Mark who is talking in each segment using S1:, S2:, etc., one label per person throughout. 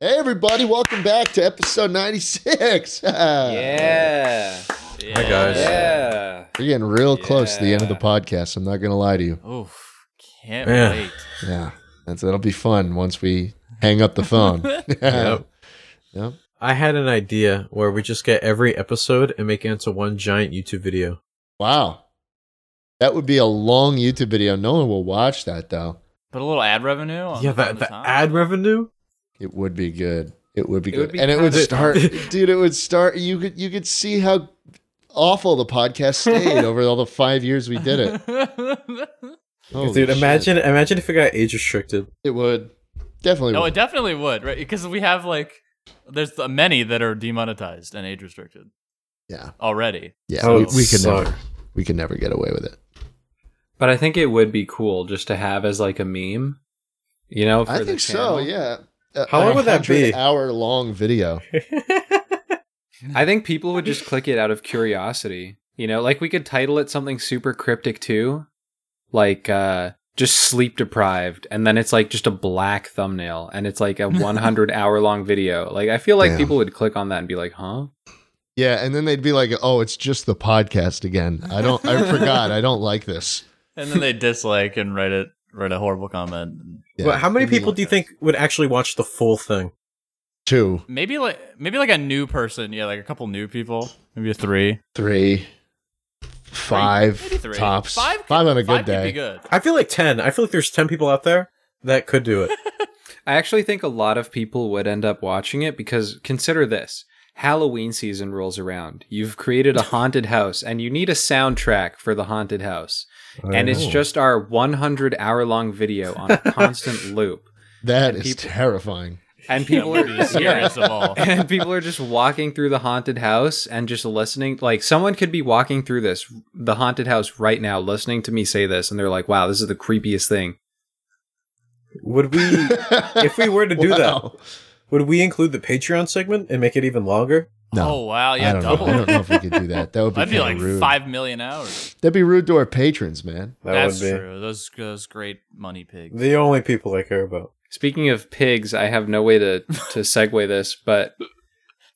S1: Hey everybody, welcome back to episode 96.
S2: Yeah.
S3: Hi guys.
S2: Yeah.
S1: We're getting real close to the end of the
S2: Yeah.
S1: podcast. I'm not going to lie to you.
S4: Oof. Can't
S3: Man.
S4: wait.
S1: Yeah. That's that'll be fun once we hang up the phone.
S3: Yep.
S1: Yep.
S3: I had an idea where we just get every episode and make it into one giant YouTube video.
S1: Wow. That would be a long YouTube video. No one will watch that though.
S4: But a little ad revenue. On
S3: yeah,
S4: on
S3: that
S4: the
S3: the
S4: top.
S3: ad revenue.
S1: It would be good. It would be
S2: It
S1: good.
S2: would be
S1: and it would
S2: kinda-
S1: start dude, it would start you could you could see how awful the podcast stayed over all the 5 years we did it. Holy
S3: Dude,
S1: shit.
S3: imagine imagine if it got age restricted.
S1: it would definitely
S4: no,
S1: would.
S4: it definitely would, right? Because we have like, there's the- many that are demonetized and age restricted
S1: yeah.
S4: already.
S1: Yeah.
S3: That
S1: we,
S3: would
S1: we could
S3: suck.
S1: never we could never get away with it.
S2: But I think it would be cool just to have as like a meme. You know, for
S1: I
S2: the
S1: think so.
S2: channel.
S1: Yeah. A-
S3: How
S1: a
S3: long would that be?
S1: 100 Hour long video.
S2: I think people would just click it out of curiosity. You know, like we could title it something super cryptic too. Like uh just sleep deprived and then it's like just a black thumbnail and it's like a 100 hour long video. Like I feel like
S1: Damn.
S2: people would click on that and be like, "Huh?"
S1: Yeah, and then they'd be like, "Oh, it's just the podcast again. I don't. I forgot. I don't like this."
S4: And then they dislike and write it, write a horrible comment.
S1: Yeah.
S3: But how many
S4: It'd be
S3: people
S4: like
S3: do you
S4: that.
S3: think would actually watch the full thing?
S1: Two,
S4: Maybe like, maybe like a new person. Yeah, like a couple new people. Maybe a three.
S1: three, five
S4: Maybe three.
S1: tops.
S4: Five,
S1: Five,
S4: could-
S1: on a good
S4: five Could
S1: day.
S4: be good.
S3: I feel like ten. I feel like there's ten people out there that could do it.
S2: I actually think a lot of people would end up watching it because consider this Halloween season rolls around. You've created a haunted house and you need a soundtrack for the haunted house. and
S1: Oh.
S2: it's just our 100 hour long video on a constant loop.
S1: That is
S2: people-
S1: terrifying.
S2: And
S4: That
S2: people
S4: would be the
S2: are yeah.
S4: scariest of all.
S2: and people are just walking through the haunted house and just listening like someone could be walking through this the haunted house right now listening to me say this and they're like wow this is the creepiest thing
S3: would we if we were to do that,
S1: Wow.
S3: would we include the Patreon segment and make it even longer?
S4: Oh
S1: No,
S4: wow,
S1: I
S4: yeah,
S1: don't
S4: double.
S1: know. I don't know if we could do that. That would be,
S4: That'd be
S1: kinda
S4: like
S1: rude.
S4: five million hours.
S1: That'd be rude to our patrons, man.
S3: That
S4: That's
S3: would be
S4: true. Those those great money pigs.
S3: the only people I care about.
S2: Speaking of pigs, I have no way to to segue this, but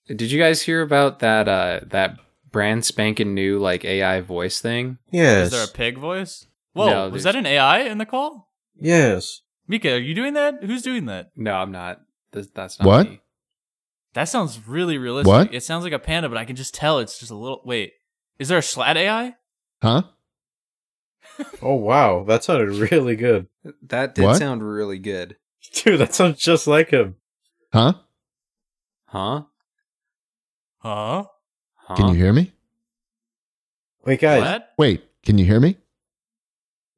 S2: did you guys hear about that uh that brand spanking new like AI voice thing?
S3: Yes.
S4: Is there a pig voice? Whoa,
S2: No,
S4: was
S2: there's-
S4: that an AI in the call?
S3: yes.
S4: Mika, are you doing that? Who's doing that?
S2: No, I'm not. Th- that's not
S1: What?
S2: me.
S4: That sounds really realistic.
S1: What?
S4: It sounds like a panda, but I can just tell it's just a little. Wait, is there a slat AI?
S1: Huh?
S3: Oh wow, that sounded really good.
S2: That did
S1: What?
S2: sound really good.
S3: Dude, that sounds just like him.
S1: Huh?
S2: Huh?
S4: Huh?
S2: Huh?
S1: Can you hear me?
S3: Wait, guys.
S4: What?
S1: Wait, can you hear me?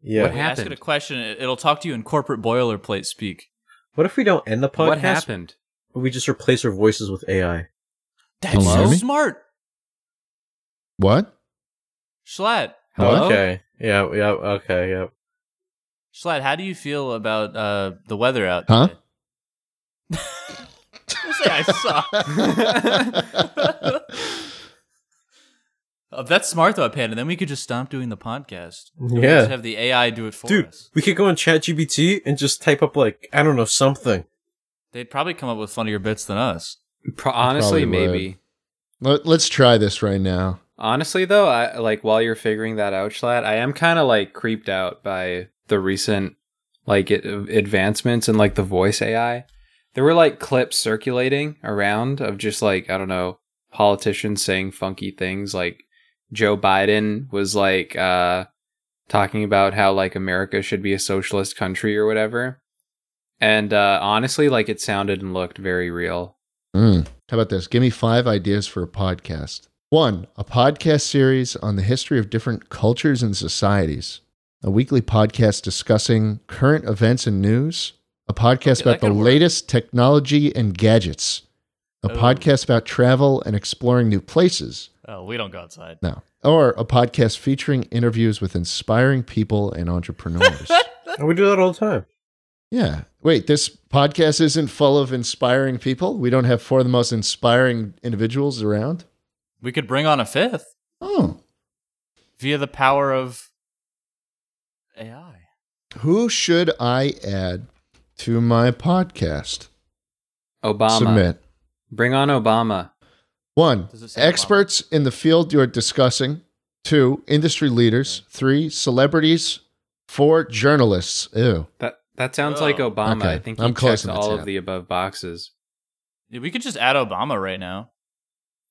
S3: Yeah.
S2: What
S4: If you ask it
S2: happened?
S4: a question, it- it'll talk to you in corporate boilerplate speak.
S3: What if we don't end the podcast?
S2: What happened?
S3: but We just replace our voices with AI.
S1: you
S4: That's
S1: hear
S4: so
S1: me?
S4: smart.
S1: What?
S4: Schlatt.
S2: Hello?
S3: Okay. Yeah. Yeah. Okay. Yeah.
S4: Schlatt, how do you feel about uh, the weather out
S1: Huh?
S4: today? Just say I suck. Oh, that's smart though, Panda. Then we could just stop doing the podcast. We could
S3: Yeah.
S4: just have the AI do it for
S3: Dude,
S4: us.
S3: we could go on ChatGPT and just type up like I don't know something.
S4: They'd probably come up with funnier bits than us.
S2: Pro- honestly,
S1: Probably would.
S2: maybe.
S1: Let, let's try this right now.
S2: Honestly, though, I like while you're figuring that out, Schlatt, I am kind of like creeped out by the recent like it, advancements in like the voice AI. There were like clips circulating around of just like I don't know politicians saying funky things. Like Joe Biden was like uh, talking about how like America should be a socialist country or whatever. And uh, honestly, like it sounded and looked very real.
S1: Mm. How about this? Give me five ideas for a podcast. One, a podcast series on the history of different cultures and societies. A weekly podcast discussing current events and news. A podcast
S4: Okay, that
S1: about the
S4: could work.
S1: latest technology and gadgets. A
S4: Oh.
S1: podcast about travel and exploring new places.
S4: Oh, we don't go outside.
S1: No. Or a podcast featuring interviews with inspiring people and entrepreneurs.
S3: And we do that all the time.
S1: Yeah. Wait, this podcast isn't full of inspiring people. We don't have four of the most inspiring individuals around.
S4: We could bring on a fifth
S1: Oh.
S4: via the power of AI.
S1: Who should I add to my podcast?
S2: Obama.
S1: Submit.
S2: Bring on Obama.
S1: One,
S4: Does it say
S1: experts in the field you're discussing. Two, industry leaders. Three, celebrities. Four, journalists. Ew.
S2: That that sounds like
S4: Oh.
S2: Obama.
S1: Okay,
S2: I think he
S1: I'm
S2: i
S1: close
S2: checked
S1: enough to
S2: all of
S1: that.
S2: the above boxes.
S4: Yeah, we could just add Obama right now.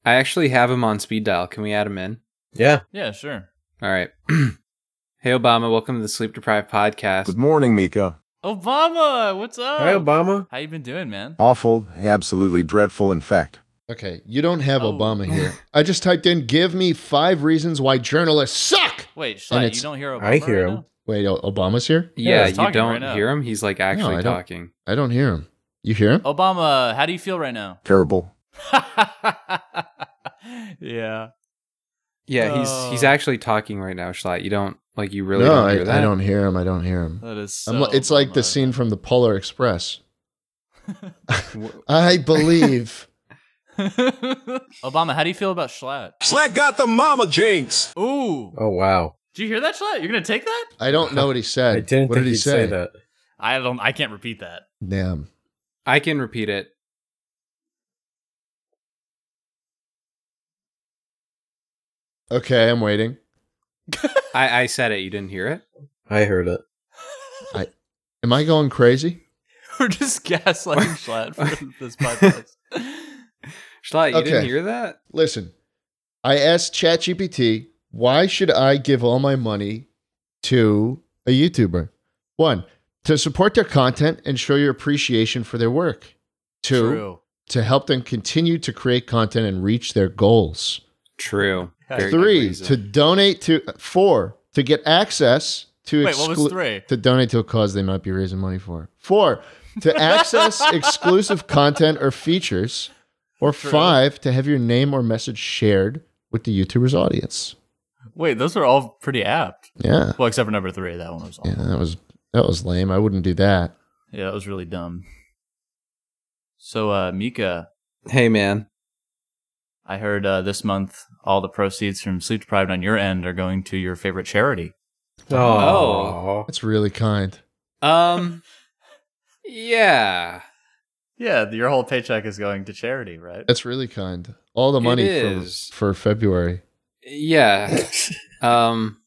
S2: I actually have him on speed dial. Can we add him in?
S3: Yeah.
S4: Yeah, sure.
S2: All right. hey Obama, welcome to the Sleep Deprived
S5: Good
S2: podcast.
S5: morning, Mika.
S4: Obama, what's up?
S3: Hi, Obama.
S4: How you been doing, man?
S1: Uh,
S5: Awful, absolutely dreadful, in fact.
S1: Okay, you don't have
S4: Oh.
S1: Obama here. I just typed in "Give me five reasons why journalists suck."
S4: Wait, Schlatt,
S1: it's-
S4: you don't hear Obama?
S3: I hear
S4: right
S3: him.
S4: now?
S1: Wait, O- Obama's here?
S4: Yeah,
S2: Yeah,
S4: he's
S2: you
S4: talking
S2: don't
S4: right now.
S2: hear him? He's like actually
S1: I don't.
S2: talking.
S1: I don't hear him. You hear him?
S4: Obama, how do you feel right now?
S5: Terrible.
S4: yeah.
S2: Yeah, he's he's
S4: Oh.
S2: actually talking right now, Schlatt. You don't like you really
S1: no,
S2: don't hear
S1: I,
S2: that.
S1: I don't hear him. I don't hear him.
S4: That is so
S1: I'm li- it's like the
S4: Obama.
S1: scene from the Polar Express.
S2: W-
S1: I believe.
S4: Obama, how do you feel about Schlatt?
S6: Slack got the mama jinx.
S4: Ooh.
S3: Oh wow.
S4: Did you hear that, Schlatt? You're gonna take that?
S1: I don't know what he said.
S3: I didn't
S1: what
S3: think
S1: did he
S3: he'd say? that.
S4: I don't I can't repeat that.
S1: Damn.
S2: I can repeat it.
S1: Okay, I'm waiting.
S2: I, I said it. You didn't hear it.
S3: I heard it.
S1: Am I going crazy?
S4: We're just gaslighting Schlatt for this podcast.
S2: Schlatt, you didn't
S1: Okay.
S2: hear that?
S1: Listen, I asked ChatGPT, why should I give all my money to a YouTuber? One, to support their content and show your appreciation for their work. Two,
S4: True.
S1: to help them continue to create content and reach their goals.
S2: True. Very good
S1: three,
S2: reason.
S1: to donate to four, to get access to
S4: Wait, what was
S1: exclu-
S4: three?
S1: to donate to a cause they might be raising money for. Four, to access exclusive content or features. Or
S4: True.
S1: five, to have your name or message shared with the YouTuber's audience.
S4: Wait, those were all pretty apt.
S1: Yeah.
S4: Well, except for number three, that one was awful.
S1: Yeah, that was that was lame. I wouldn't do that.
S4: Yeah, that was really dumb. So, uh, Mika,
S2: hey man.
S4: I heard uh, this month all the proceeds from Sleep Deprived on your end are going to your favorite charity.
S2: Oh.
S1: That's really kind.
S2: Um. yeah.
S4: Yeah, your whole paycheck is going to charity, right?
S1: That's really kind. All the
S2: It
S1: money for,
S2: is.
S1: for February.
S2: Yeah. um.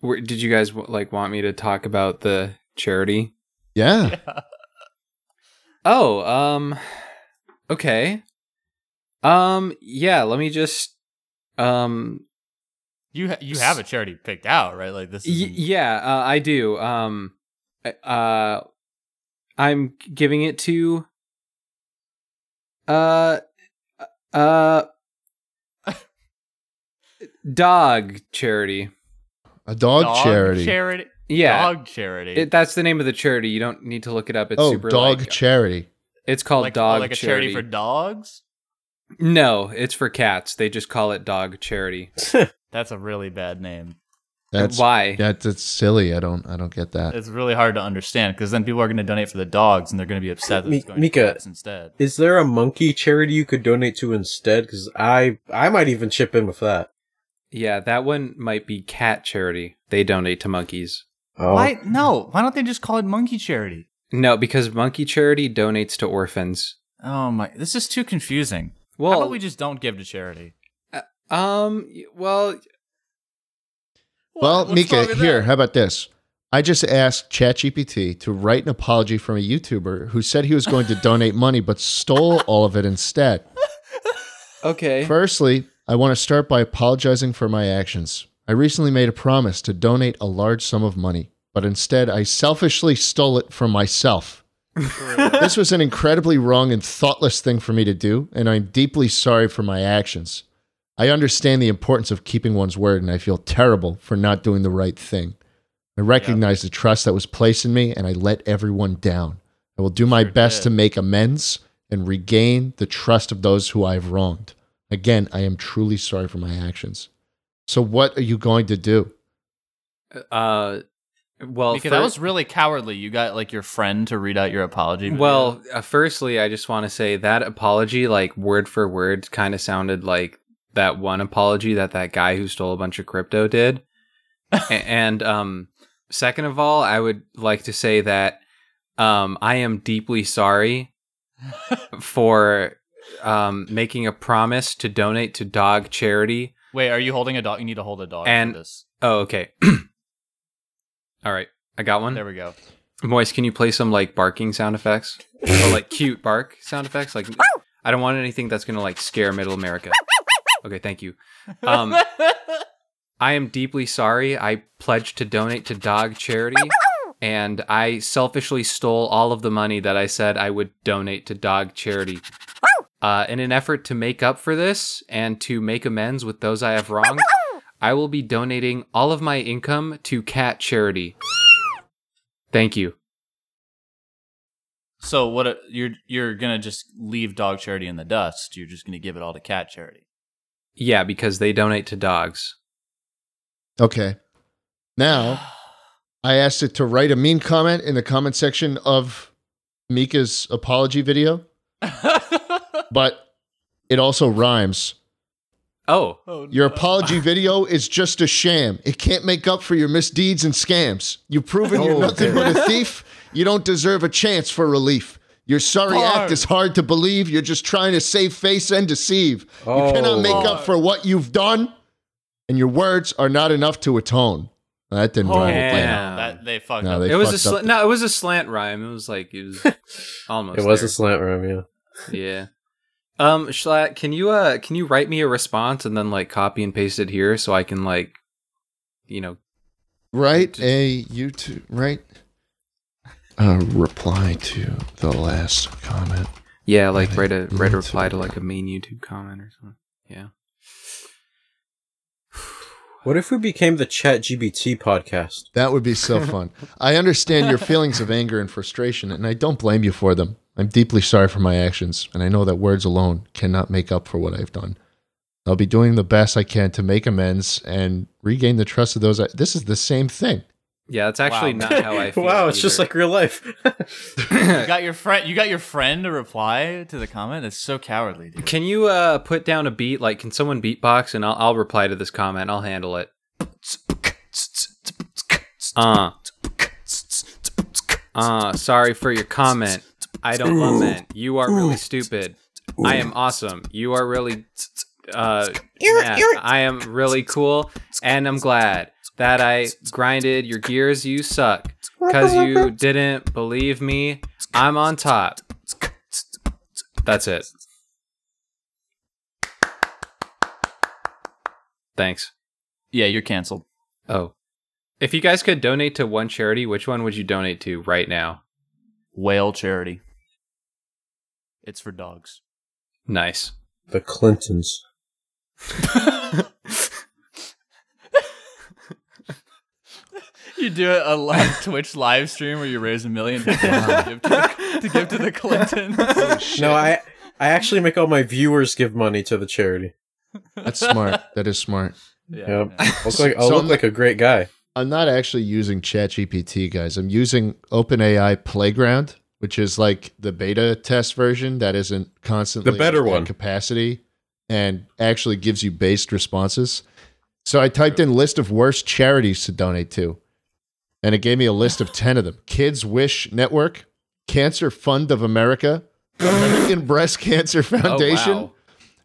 S2: were- Did you guys w- like want me to talk about the charity?
S1: Yeah.
S2: Oh. Um. Okay. Um. Yeah. Let me just. Um.
S4: You ha- you have a charity picked out, right? Like this.
S2: Y-
S4: Is
S2: yeah. Uh, I do. Um. Uh. I'm giving it to. Uh. Uh. Dog charity.
S1: A dog, charity.
S4: Charity.
S2: Yeah.
S4: Dog charity.
S2: It, that's the name of the charity. You don't need to look it up. It's
S1: oh,
S2: super
S1: dog
S2: like-
S1: charity.
S2: It's called
S4: like,
S2: dog
S4: like a
S2: charity.
S4: charity for dogs.
S2: no, it's for cats. They just call it dog charity.
S4: That's a really bad name.
S1: That's
S2: Why?
S1: that, that's silly. I don't I don't get that.
S4: It's really hard to understand because then people are going to donate for the dogs and they're going to be upset that it's
S3: Mi-
S4: going
S3: Mika.
S4: to cats instead.
S3: Is there a monkey charity you could donate to instead? Because I I might even chip in with that.
S2: Yeah, that one might be cat charity. They donate to monkeys.
S3: Oh.
S4: Why? No. Why don't they just call it monkey charity?
S2: No, because monkey charity donates to orphans.
S4: Oh my! This is too confusing. How
S2: Well,
S4: about we just don't give to charity?
S2: um, y- well,
S1: Well,
S4: What's wrong
S1: Mika,
S4: with
S1: here,
S4: that?
S1: how about this? I just asked ChatGPT to write an apology from a YouTuber who said he was going to donate money but stole all of it instead.
S2: okay.
S1: Firstly, I want to start by apologizing for my actions. I recently made a promise to donate a large sum of money, but instead I selfishly stole it from myself. this was an incredibly wrong and thoughtless thing for me to do, and I'm deeply sorry for my actions. I understand the importance of keeping one's word, and I feel terrible for not doing the right thing. I recognize the trust that was placed in me, and I let everyone down. I will do my
S4: Sure
S1: best
S4: did.
S1: to make amends and regain the trust of those who I've wronged. Again, I am truly sorry for my actions. So, what are you going to do?
S2: Uh, well,
S4: Mika,
S2: fir-
S4: that was really cowardly. You got like your friend to read out your apology. video.
S2: Well, uh, firstly, I just want to say that apology, like word for word, kind of sounded like that one apology that that guy who stole a bunch of crypto did. A- and um, second of all, I would like to say that um, I am deeply sorry for um, making a promise to donate to dog charity.
S4: Wait, are you holding a dog? You need to hold a dog
S2: And-
S4: for this.
S2: Oh, okay. All right, I got one.
S4: There we go.
S2: Moist, can you play some like barking sound effects? or like cute bark sound effects? Like I don't want anything that's gonna like scare middle America. Okay, thank you. Um I am deeply sorry. I pledged to donate to dog charity and I selfishly stole all of the money that I said I would donate to dog charity. Uh, in an effort to make up for this and to make amends with those I have wronged, I will be donating all of my income to cat charity. Thank you.
S4: So what? A, you're you're gonna just leave dog charity in the dust. You're just gonna give it all to cat charity.
S2: Yeah, because they donate to dogs.
S1: Okay. Now, I asked it to write a mean comment in the comment section of Mika's apology video, but it also rhymes.
S2: Oh,
S4: oh,
S1: Your apology video is just a sham. It can't make up for your misdeeds and scams. You've proven you're
S2: Oh,
S1: nothing
S2: dear.
S1: but a thief. You don't deserve a chance for relief. Your sorry act
S4: Bars.
S1: is hard to believe. You're just trying to save face and deceive.
S3: Oh,
S1: You cannot make up
S4: Bars.
S1: for what you've done, and your words are not enough to atone. That didn't
S4: Oh,
S1: rhyme.
S2: Yeah.
S1: damn.
S4: damn. That, they fucked
S1: No,
S4: up.
S1: they-
S2: it was a
S1: fucked up
S2: sl-
S1: the-
S2: no, it was a slant rhyme. It was like it was almost.
S3: It was
S2: there.
S3: a slant room, yeah.
S2: Yeah. Um, Schlatt, can you uh can you write me a response and then like copy and paste it here so I can like, you know,
S1: Write a YouTube. Write a reply to the last comment.
S2: yeah, like write a
S1: Right.
S2: write a reply to like a main YouTube comment or something. Yeah.
S3: What if we became the Chat GBT podcast?
S1: That would be so fun. I understand your feelings of anger and frustration, and I don't blame you for them. I'm deeply sorry for my actions, and I know that words alone cannot make up for what I've done. I'll be doing the best I can to make amends and regain the trust of those. I- this is the same thing.
S2: Yeah, that's actually
S4: Wow.
S2: not how I feel.
S3: wow, it's just
S2: either.
S3: like real life.
S4: You got your friend. You got your friend to reply to the comment. That's so cowardly, dude.
S2: Can you uh put down a beat? Like, can someone beatbox and I'll I'll reply to this comment. I'll handle it. Uh. Uh. Sorry for your comment. I don't lament. You are really stupid. I am awesome. You are really. Uh. mad. I am really cool, and I'm glad that I grinded your gears. You suck. Cause you didn't believe me. I'm on top. That's it. Thanks.
S4: Yeah, you're canceled.
S2: Oh. If you guys could donate to one charity, which one would you donate to right now?
S4: Whale charity. It's for dogs.
S2: Nice.
S3: the Clintons.
S4: You do a live Twitch live stream where you raise a million dollars to, give to, to give to the Clintons.
S3: No, I I actually make all my viewers give money to the charity.
S1: That's smart. that is smart.
S4: Yeah,
S3: Yep. Looks like I
S1: So-
S3: look like a great guy.
S1: I'm not actually using ChatGPT, guys. I'm using OpenAI Playground, which is like the beta test version that isn't constantly
S3: The better
S1: at
S3: one.
S1: capacity and actually gives you based responses. So I typed in list of worst charities to donate to, and it gave me a list of 10 of them Kids Wish Network, Cancer Fund of America, American Breast Cancer Foundation.
S2: Oh, wow.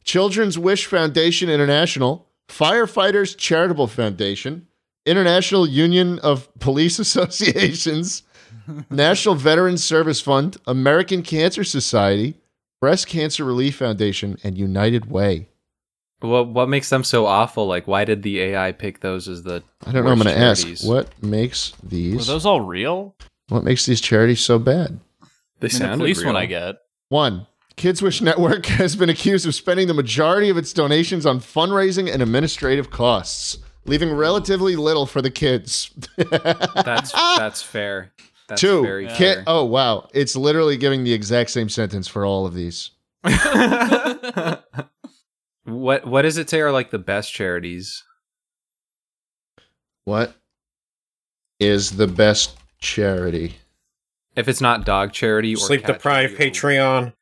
S1: Children's Wish Foundation International, Firefighters Charitable Foundation, International Union of Police Associations, National Veterans Service Fund, American Cancer Society, Breast Cancer Relief Foundation, and United Way.
S2: What what makes them so awful? Like, why did the AI pick those as the?
S1: I don't know. I'm
S2: worst
S1: going to ask
S2: charities?
S1: what makes
S4: Were
S1: these
S4: those all real?
S1: what makes these charities so bad?
S2: They
S4: I mean, the police one I get.
S1: One, Kids Wish Network has been accused of spending the majority of its donations on fundraising and administrative costs, leaving relatively little for the kids.
S2: That's that's fair. That's
S1: Two,
S2: very
S1: kid.
S2: fair.
S1: Oh wow, it's literally giving the exact same sentence for all of these.
S2: what what does it say are like the best charities?
S1: What is the best charity?
S2: If it's not dog charity or
S3: Sleep
S2: cat
S3: deprived
S2: charity.
S3: Patreon.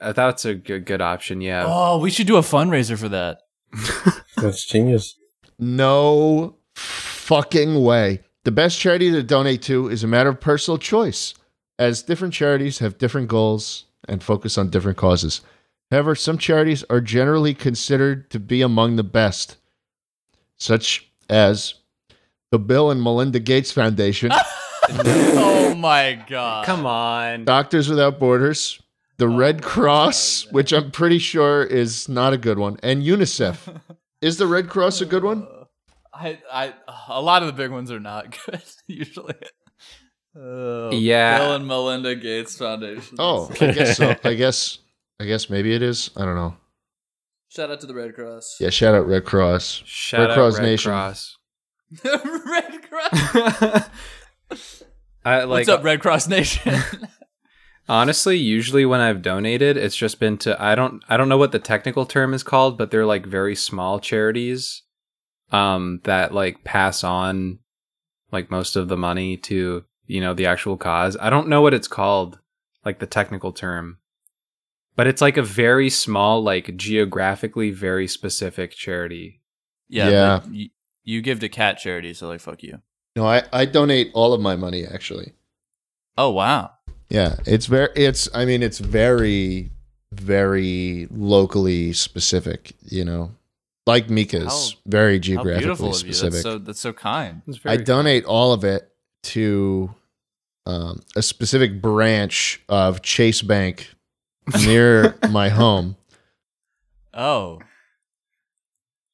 S2: Uh, that's a good good option. Yeah.
S4: Oh, we should do a fundraiser for that.
S3: That's genius.
S1: No fucking way. The best charity to donate to is a matter of personal choice, as different charities have different goals and focus on different causes. However, some charities are generally considered to be among the best, such as the Bill and Melinda Gates Foundation,
S4: oh my god.
S2: Uh, Come on.
S1: Doctors Without Borders, the
S4: Oh,
S1: Red Cross, which I'm pretty sure is not a good one, and UNICEF. is the Red Cross a good
S4: Uh,
S1: one?
S4: I, I, a lot of the big ones are not good usually. Oh,
S2: Yeah.
S4: Bill and Melinda Gates Foundation.
S1: Oh, I guess so. I guess I guess maybe it is. I don't know.
S4: Shout out to the Red Cross.
S1: Yeah, shout out Red Cross.
S2: Shout
S1: Red
S2: out
S1: Cross
S2: Red
S1: Nation.
S2: Cross.
S4: Red Cross.
S2: I like
S4: What's up, Red Cross Nation?
S2: honestly, usually when I've donated, it's just been to I don't I don't know what the technical term is called, but they're like very small charities um that like pass on like most of the money to, you know, the actual cause. I don't know what it's called, like the technical term. But it's like a very small, like geographically very specific charity.
S1: Yeah.
S4: but You, you give to cat charity, so like fuck you.
S1: No, I, I donate all of my money actually.
S4: Oh wow.
S1: Yeah, it's very it's I mean it's very very locally specific, you know. Like Mika's,
S4: How-
S1: very
S4: How
S1: geographically
S4: beautiful of you.
S1: specific.
S4: That's so that's so kind.
S2: It's
S1: I
S2: very-
S1: donate all of it to um, a specific branch of Chase Bank near my home,
S4: Oh.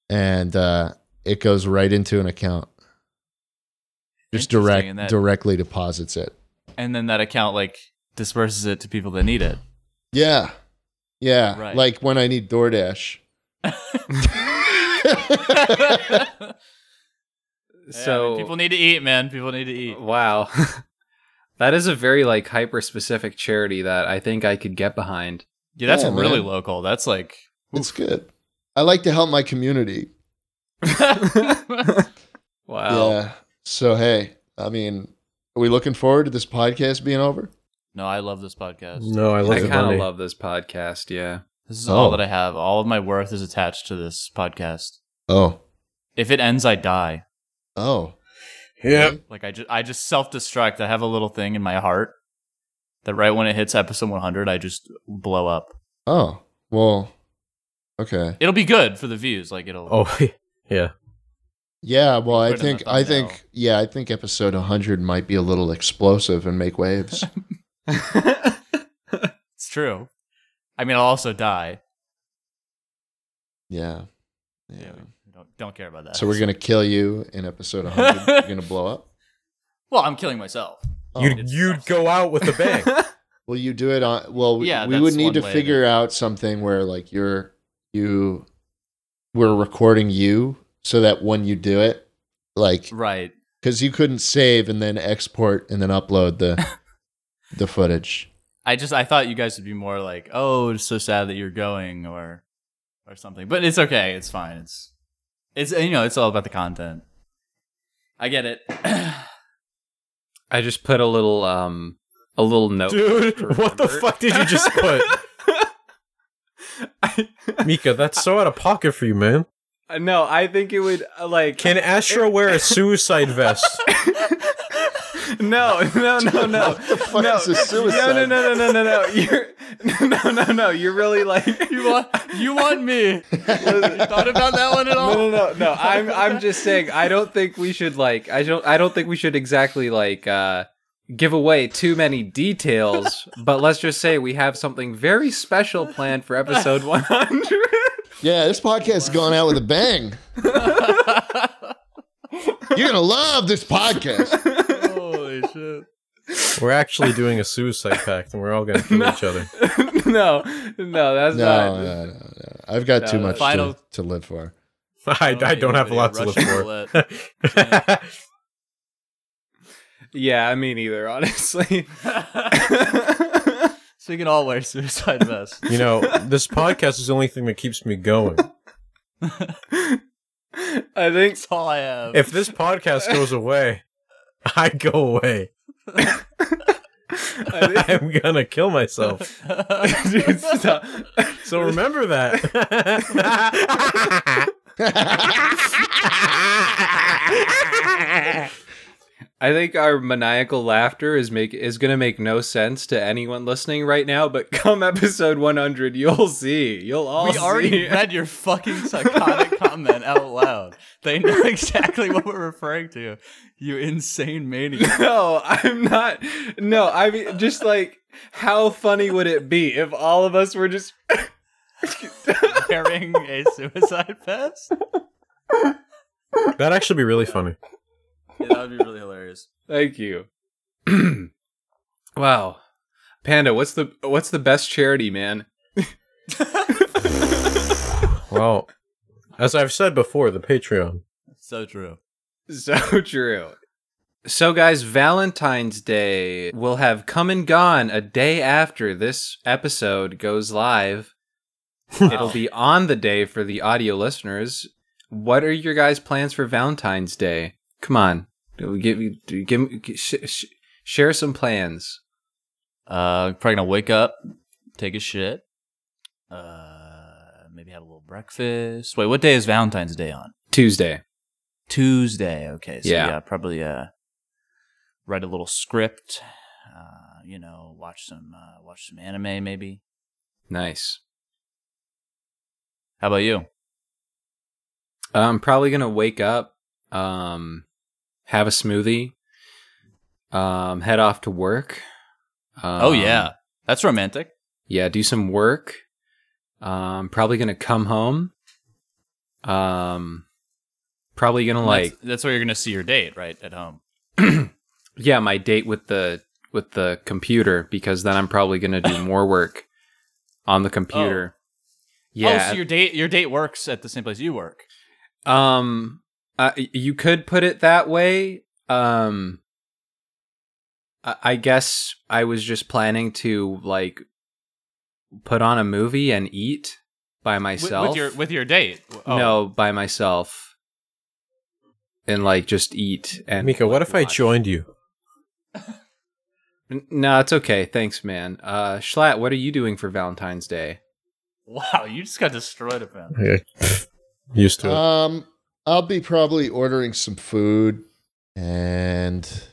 S1: and uh, it goes right into an account. Just
S4: Interesting,
S1: direct
S4: and that-
S1: directly deposits it.
S4: And then that account like disperses it to people that need it.
S1: Yeah, yeah.
S4: Right.
S1: Like when I need DoorDash.
S4: so
S2: so
S4: people need to eat, man. People need to eat.
S2: Wow. that is a very like hyper specific charity that I think I could get behind.
S4: Yeah, that's
S1: Yeah,
S4: really
S1: man.
S4: local. That's like
S1: it's good. I like to help my community.
S4: Oh.
S2: Wow.
S1: Yeah. So hey, I mean, are we looking forward to this podcast being over?
S4: No, I love this podcast.
S3: No, I love
S2: I
S3: the
S2: kind
S3: money.
S2: of love this podcast, yeah.
S4: This is all
S1: Oh.
S4: that I have. All of my worth is attached to this podcast.
S1: Oh,
S4: If it ends, I die.
S1: oh.
S3: Yep.
S4: Like I just I just self-destruct. I have a little thing in my heart that right when it hits episode 100, I just blow up.
S1: Oh, well, okay.
S4: It'll be good for the views. Like it'll
S3: Oh, yeah.
S1: Yeah, well, I
S4: Put it on
S1: think
S4: the
S1: I
S4: thumbnail.
S1: think yeah, I think episode 100 might be a little explosive and make waves.
S4: it's true. I mean, I'll also die.
S1: yeah. Yeah.
S4: we don't don't care about that.
S1: So we're going to kill you in episode 100. You're going to blow up.
S4: Well, I'm killing myself.
S1: Oh.
S3: You'd, you'd go out with a bang.
S1: Well, you do it on well, we,
S4: Yeah,
S1: we
S4: that's
S1: would need
S4: one
S1: to
S4: way
S1: figure
S4: to-
S1: out something where like you're you we're recording you so that when you do it like
S4: Right.
S1: cuz you couldn't save and then export and then upload the the footage.
S4: I just I thought you guys would be more like, oh, it's so sad that you're going or or something. But it's okay. It's fine. It's it's you know, it's all about the content. I get it.
S2: I just put a little um a little note.
S3: Dude, what the fuck did you just put? Mika, that's so out of pocket for you, man.
S2: No, I think it would uh, like
S3: Can Astro wear a suicide vest?
S2: No, no, no, no.
S1: What the fuck
S2: no.
S1: is a suicide?
S2: No, no, no, no, no, no, no. You're no, no, no. You're really like
S4: you want you want me. you thought about that one at all?
S2: no, no, no, no. I'm I'm just saying. I don't think we should like. I don't. I don't think we should exactly like uh, give away too many details. but let's just say we have something very special planned for episode 100.
S1: Yeah, this podcast is going out with a bang. You're gonna love this podcast.
S4: Holy shit.
S3: We're actually doing a suicide pact and we're all gonna kill each other.
S2: no, no,
S1: No,
S2: that's
S1: no,
S2: not.
S1: no, no. I've got too
S2: No,
S1: much
S4: final-
S1: to, to live for.
S3: I, I don't have a lot to
S4: Russian
S3: look
S4: roulette.
S3: for.
S2: Yeah, I mean either. Honestly,
S4: So you can all wear suicide vests.
S3: you know, this podcast is the only thing that keeps me going.
S2: I think.
S4: That's all I have.
S3: If this podcast goes away, I go away.
S2: I think
S3: I'm gonna kill myself.
S2: Dude, stop.
S3: So remember that.
S2: I think our maniacal laughter is make is gonna make no sense to anyone listening right now, but come episode 100, you'll see. You'll all
S4: we already
S2: see.
S4: read your fucking psychotic comment out loud. They know exactly what we're referring to. You insane maniac.
S2: no, I'm not. No, I mean, just like, how funny would it be if all of us were just.
S4: Carrying a suicide vest?
S3: That'd actually be really funny.
S4: Yeah, that would be really hilarious.
S2: Thank you. wow, Panda, what's the what's the best charity, man?
S3: Well, as I've said before, the Patreon.
S4: So true.
S2: So true. So, guys, Valentine's Day will have come and gone a day after this episode goes live. It'll be on the day for the audio listeners. What are your guys' plans for Valentine's Day? Come on, give me, give me, sh- sh- share some plans.
S4: Uh, probably gonna wake up, take a shit, uh, maybe have a little breakfast. Wait, what day is Valentine's Day on?
S2: Tuesday.
S4: Tuesday. Okay, so
S2: Yeah.
S4: yeah, probably uh, write a little script. Uh, you know, watch some uh, watch some anime maybe.
S2: Nice.
S4: How about you?
S2: I'm probably gonna wake up, um, have a smoothie, um, head off to work. Um,
S4: oh yeah, that's romantic.
S2: yeah, do some work. Um, probably gonna come home. Um, probably gonna like
S4: that's, that's where you're gonna see your date, right at home.
S2: yeah, my date with the with the computer because then I'm probably gonna do more work on the computer. Yeah.
S4: Oh, so your date your date works at the same place you work.
S2: um, uh, you could put it that way. Um, I, I guess I was just planning to like put on a movie and eat by
S4: With-
S2: myself
S4: with your with your date. Oh.
S2: No, by myself. And like just eat and
S3: Mika, what if I
S2: watch.
S3: joined you?
S2: N- No, it's okay. Thanks, man. Uh Schlatt, what are you doing for Valentine's Day?
S4: Wow, you just got destroyed about.
S3: Okay. Used
S4: Oh,
S3: to it.
S1: Um, I'll be probably ordering some food, and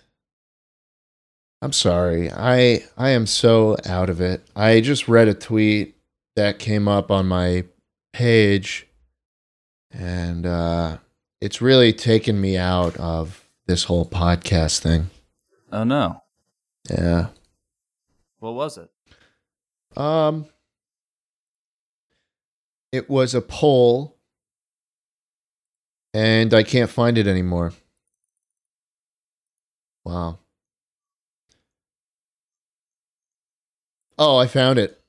S1: I'm sorry. I I am so out of it. I just read a tweet that came up on my page, and uh, it's really taken me out of this whole podcast thing.
S4: Oh no,
S1: Yeah.
S4: what was it?
S1: Um, it was a poll, and I can't find it anymore. Wow. Oh, I found it.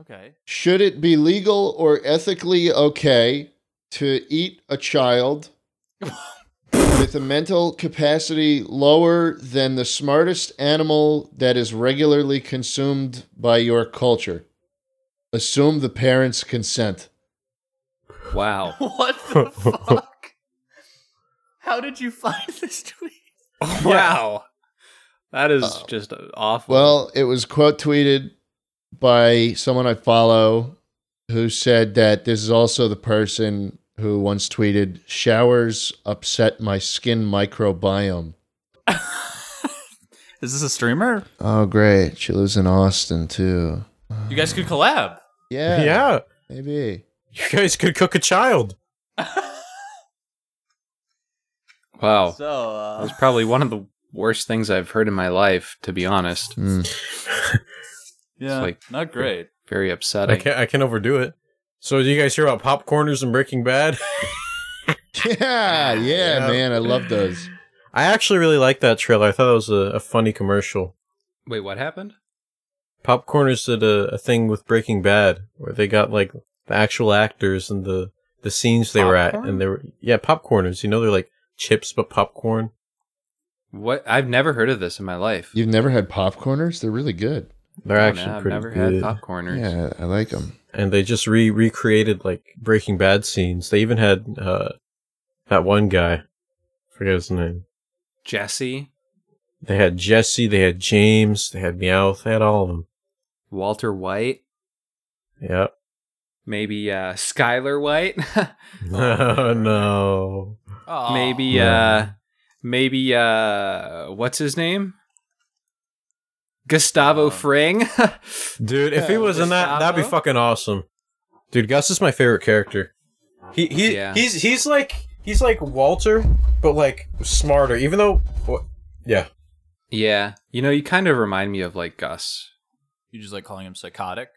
S4: Okay.
S1: Should it be legal or ethically okay to eat a child with a mental capacity lower than the smartest animal that is regularly consumed by your culture? Assume the parents consent.
S2: Wow.
S4: What the fuck? How did you find this tweet?
S2: wow. That is
S1: Uh,
S2: just awful.
S1: Well, it was quote tweeted by someone I follow who said that this is also the person who once tweeted, Showers upset my skin microbiome.
S4: Is this a streamer?
S1: Oh, great. She lives in Austin, too.
S4: You guys could collab.
S1: Yeah.
S3: yeah.
S1: Maybe.
S3: You guys could cook a child.
S2: wow.
S4: So, uh,
S2: That was probably one of the worst things I've heard in my life, to be honest.
S1: Hmm.
S4: yeah,
S2: like-
S4: not great.
S2: Very upsetting.
S3: I can't. I can overdo it. So, do you guys hear about popcorners and Breaking Bad?
S1: Yeah, yeah,
S3: Yeah.
S1: man. I love those.
S3: I actually really like that trailer. I thought it was a, a funny commercial.
S2: Wait, what happened?
S3: Popcorners did a, a thing with Breaking Bad where they got like the actual actors and the the scenes they were at,
S2: Popcorn?
S3: and they were yeah popcorners. You know they're like chips but popcorn.
S2: What I've never heard of this in my life.
S1: You've never had popcorners? They're really good.
S3: They're
S2: Oh, no,
S3: actually
S2: I've
S3: pretty
S2: never had
S3: good.
S2: popcorners.
S1: Yeah, I like them.
S3: and they just re recreated like Breaking Bad scenes. They even had uh that one guy, forget his name.
S2: Jesse,
S3: They had Jesse, they had James, they had Meowth, they had all of them.
S2: Walter White,
S3: Yep.
S2: maybe uh Skylar White.
S3: No, no.
S2: maybe
S3: Yeah.
S2: uh maybe uh what's his name? Gustavo Fring.
S3: Dude, if he
S2: Yeah,
S3: was in that, that'd be
S2: Gustavo?
S3: fucking awesome. Dude, Gus is my favorite character. He he
S2: Yeah.
S3: he's he's like he's like Walter, but like smarter. Even though, wha- yeah,
S2: yeah. You know, you kind of remind me of like Gus.
S4: You just like calling him psychotic.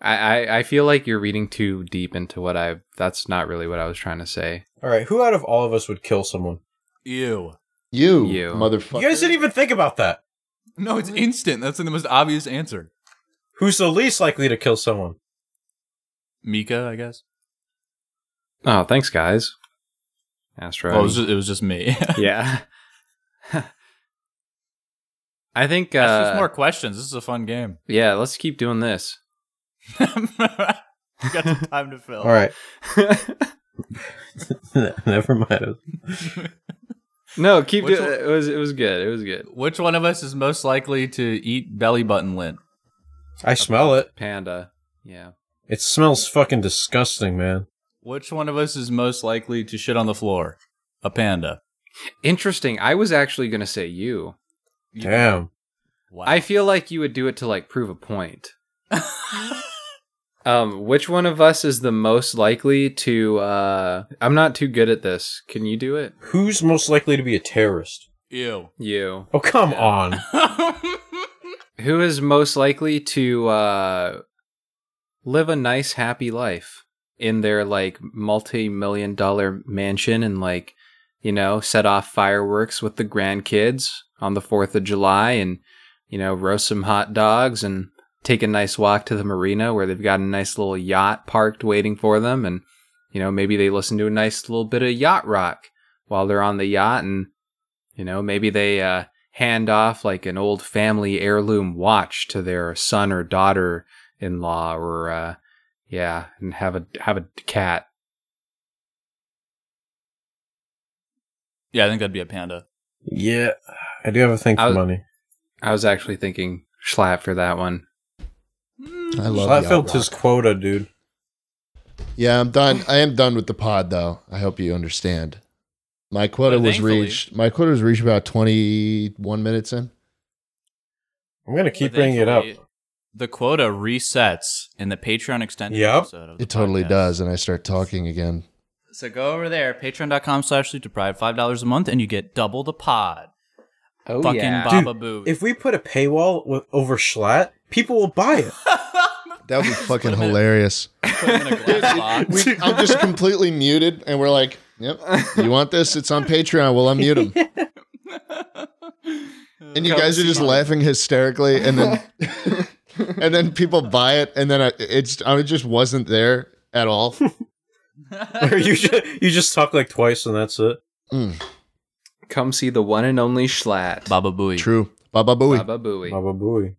S2: I, I I feel like you're reading too deep into what I that's not really what I was trying to say.
S3: all right. Who out of all of us would kill someone?
S4: Ew.
S1: You,
S2: You.
S1: motherfucker.
S3: You guys didn't even think about that.
S4: No, it's instant. That's the most obvious answer.
S3: Who's the least likely to kill someone?
S4: Mika, I guess.
S2: Oh, thanks guys. Astro.
S4: Well, Oh, it was just, it was just me.
S2: yeah. I think
S4: Ask us
S2: uh
S4: more questions. This is a fun game.
S2: yeah, let's keep doing this.
S4: We got some time to fill.
S3: All right, never mind.
S2: no, keep
S4: Which
S2: doing
S4: one-
S2: it was it was good. It was good.
S4: Which one of us is most likely to eat belly button lint?
S3: I smell it.
S2: Panda. Yeah.
S3: It smells fucking disgusting, man.
S4: Which one of us is most likely to shit on the floor? A panda.
S2: Interesting. I was actually going to say you.
S3: Damn.
S4: Wow.
S2: I feel like you would do it to like prove a point. um which one of us is the most likely to uh I'm not too good at this. Can you do it?
S3: Who's most likely to be a terrorist?
S4: Ew.
S2: You.
S3: Oh, come on.
S2: Who is most likely to uh live a nice happy life in their like multi-million dollar mansion and like you know set off fireworks with the grandkids on the 4th of July and you know roast some hot dogs and take a nice walk to the marina where they've got a nice little yacht parked waiting for them and you know maybe they listen to a nice little bit of yacht rock while they're on the yacht and you know maybe they uh hand off like an old family heirloom watch to their son or daughter in law or uh yeah and have a have a cat
S4: yeah, I think that'd be a panda.
S3: yeah, I do have a thing for
S2: I was-
S3: money.
S2: i was actually thinking schlatt for that one
S1: I love
S3: Schlatt
S1: Yacht
S3: filled
S1: Rock.
S3: his quota, dude.
S1: Yeah, I'm done. I am done with the pod, though. I hope you understand. My quota
S4: Well,
S1: was
S4: thankfully-
S1: reached. My quota was reached about 21 minutes in.
S3: I'm gonna keep
S4: But
S3: bringing it up.
S4: thankfully, The quota resets in the Patreon extended
S3: Yep.
S4: episode. Of the
S1: It totally
S4: podcast.
S1: does, and I start talking again.
S4: So go over there, patreon.com slash sleep deprived, five dollars a month, and you get double the pod.
S2: oh
S4: Fucking
S3: Dude,
S4: Baba Boo.
S3: If we put a paywall with, over Schlatt, people will buy it.
S1: That would be fucking
S4: a minute.
S1: hilarious.
S4: Put them in a glass box.
S1: We, I'm just completely muted, and we're like, "Yep, you want this? It's on Patreon. We'll unmute him." And you guys are just laughing hysterically, and then and then people buy it, and then I, it's I just wasn't there at all.
S3: Or you just, you just talk like twice and that's it.
S1: Mm,
S2: come see the one and only schlatt
S4: Baba Booey.
S1: true, Baba Booey.
S2: baba booey
S3: Baba booey.